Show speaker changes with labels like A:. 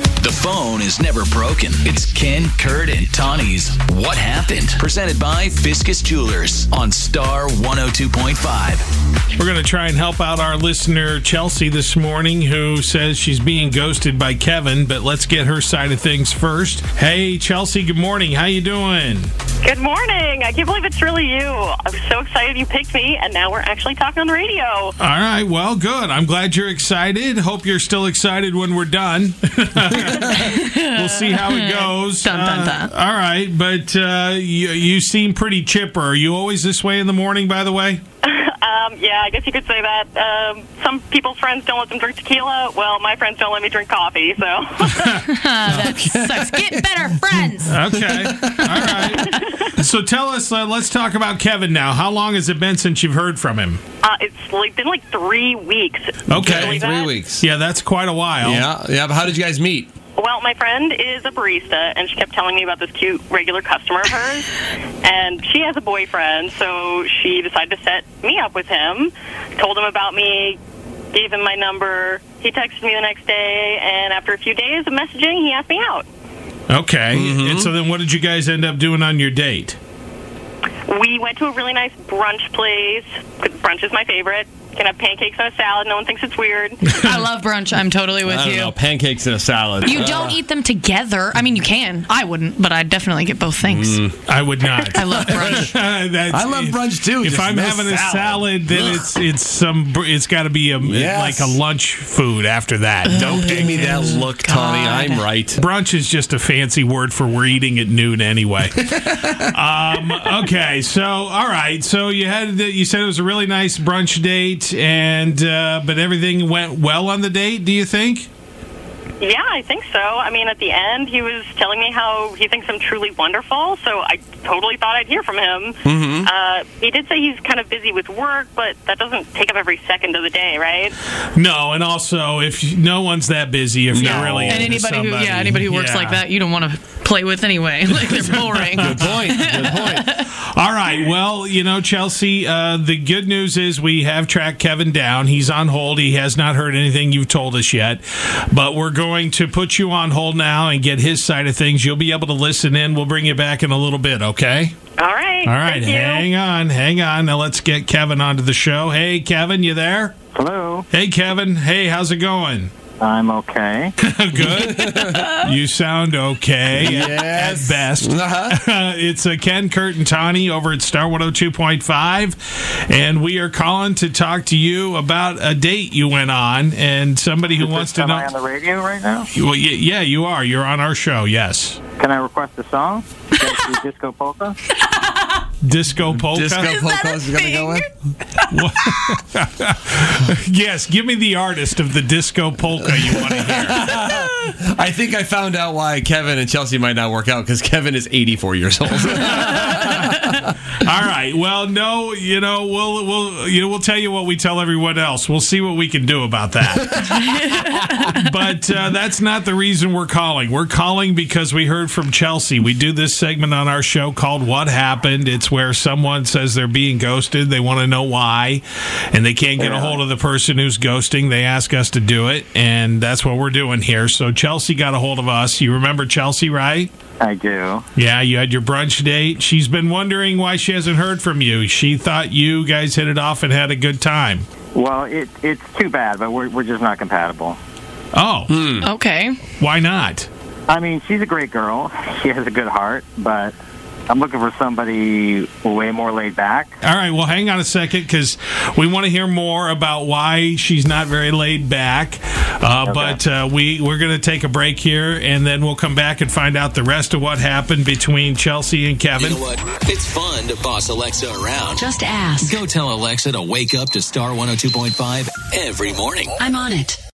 A: The phone is never broken. It's Ken, Kurt, and Tawny's What Happened? Presented by Fiscus Jewelers on Star 102.5.
B: We're going to try and help out our listener, Chelsea, this morning, who says she's being ghosted by Kevin, but let's get her side of things first. Hey, Chelsea, good morning. How you doing?
C: Good morning. I can't believe it's really you. I'm so excited you picked me, and now we're actually talking on the radio.
B: All right, well, good. I'm glad you're excited. Hope you're still excited when we're done. we'll see how it goes.
D: Dun, dun, dun.
B: Uh, all right, but uh, you, you seem pretty chipper. Are you always this way in the morning, by the way?
C: Um, yeah, I guess you could say that. Um, some people's friends don't let them drink tequila. Well, my friends don't let me drink coffee, so.
D: Sucks. Get better friends.
B: Okay. All right. So tell us, uh, let's talk about Kevin now. How long has it been since you've heard from him?
C: Uh, it's like, been like three weeks.
B: Okay.
C: Really?
E: Three
C: that?
E: weeks.
B: Yeah, that's quite a while.
E: Yeah. Yeah. But how did you guys meet?
C: Well, my friend is a barista, and she kept telling me about this cute regular customer of hers. and she has a boyfriend, so she decided to set me up with him. Told him about me, gave him my number. He texted me the next day, and after a few days of messaging, he asked me out.
B: Okay.
E: Mm-hmm.
B: And so then what did you guys end up doing on your date?
C: We went to a really nice brunch place. 'cause Brunch is my favorite. Can have pancakes and a salad. No one thinks it's weird.
D: I love brunch. I'm totally with
E: I don't
D: you.
E: know. Pancakes and a salad.
D: You don't eat them together. I mean, you can. I wouldn't, but I definitely get both things.
E: Mm.
B: I would not.
D: I love brunch.
B: That's-
E: I love brunch, too,
B: If
E: just
B: I'm
E: no
B: having a salad,
E: salad.
B: then it's it's some br- it's got to be a
E: Yes.
B: like a lunch food after that.
E: Don't give me that look, Tony.
D: God.
E: I'm right.
B: Brunch is just a fancy word for we're eating at noon anyway. um, okay, so all right, so you had the, you said it was a really nice brunch date, and uh, but everything went well on the date. Do you think?
C: Yeah, I think so. I mean, at the end, he was telling me how he thinks I'm truly wonderful, so I totally thought I'd hear from him.
B: Mm-hmm.
C: Uh, he did say he's kind of busy with work, but that doesn't take up every second of the day, right?
B: No, and also if you- no one's that busy, if
E: No.
B: you're really
D: And
B: into
D: anybody who,
B: somebody,
D: yeah, anybody who works
B: yeah.
D: like that, you don't want to play with anyway. Like they're boring.
E: Good point. Good point.
B: All right. Well, you know, Chelsea, uh, the good news is we have tracked Kevin down. He's on hold. He has not heard anything you've told us yet, but we're going to put you on hold now and get his side of things. You'll be able to listen in. We'll bring you back in a little bit, okay?
C: All right.
B: All right.
C: Thank you.
B: Hang on. Hang on. Now let's get Kevin onto the show. Hey, Kevin, you there?
F: Hello.
B: Hey, Kevin. Hey, how's it going?
F: I'm okay.
B: good. you sound okay at-
E: Yes.
B: at best.
E: Uh-huh.
B: Uh, it's uh, Ken, Kurt, and Tawny over at Star 102.5. And we are calling to talk to you about a date you went on and somebody who wants to
F: Am
B: know.
F: I on the radio right now?
B: well, y- yeah, you are. You're on our show, yes.
F: Can I request a song? Can I do Disco polka.
B: Disco polka.
E: Disco polka is gonna go in.
B: Yes, give me the artist of the disco polka you want to hear.
E: I think I found out why Kevin and Chelsea might not work out because Kevin is 84 years old.
B: All right. Well, no, you know, we'll we'll you know, we'll tell you what we tell everyone else. We'll see what we can do about that. but uh, that's not the reason we're calling. We're calling because we heard from Chelsea. We do this segment on our show called "What Happened." It's where someone says they're being ghosted. They want to know why, and they can't get a hold of the person who's ghosting. They ask us to do it, and that's what we're doing here. So Chelsea got a hold of us. You remember Chelsea, right?
F: I do.
B: Yeah, you had your brunch date. She's been wondering why she hasn't heard from you. She thought you guys hit it off and had a good time.
F: Well, it, it's too bad, but we're, we're just not compatible.
B: Oh,
E: Mm.
D: Okay.
B: why not?
F: I mean, she's a great girl. She has a good heart, but I'm looking for somebody way more laid back.
B: All right, well, hang on a second because we want to hear more about why she's not very laid back. Uh, But uh, we, we're going to take a break here and then we'll come back and find out the rest of what happened between Chelsea and
A: You
B: Kevin.
A: know what? It's fun to boss Alexa around.
G: Just ask.
A: oh Go tell Alexa to wake up to Star 102.5 every morning.
G: I'm on it.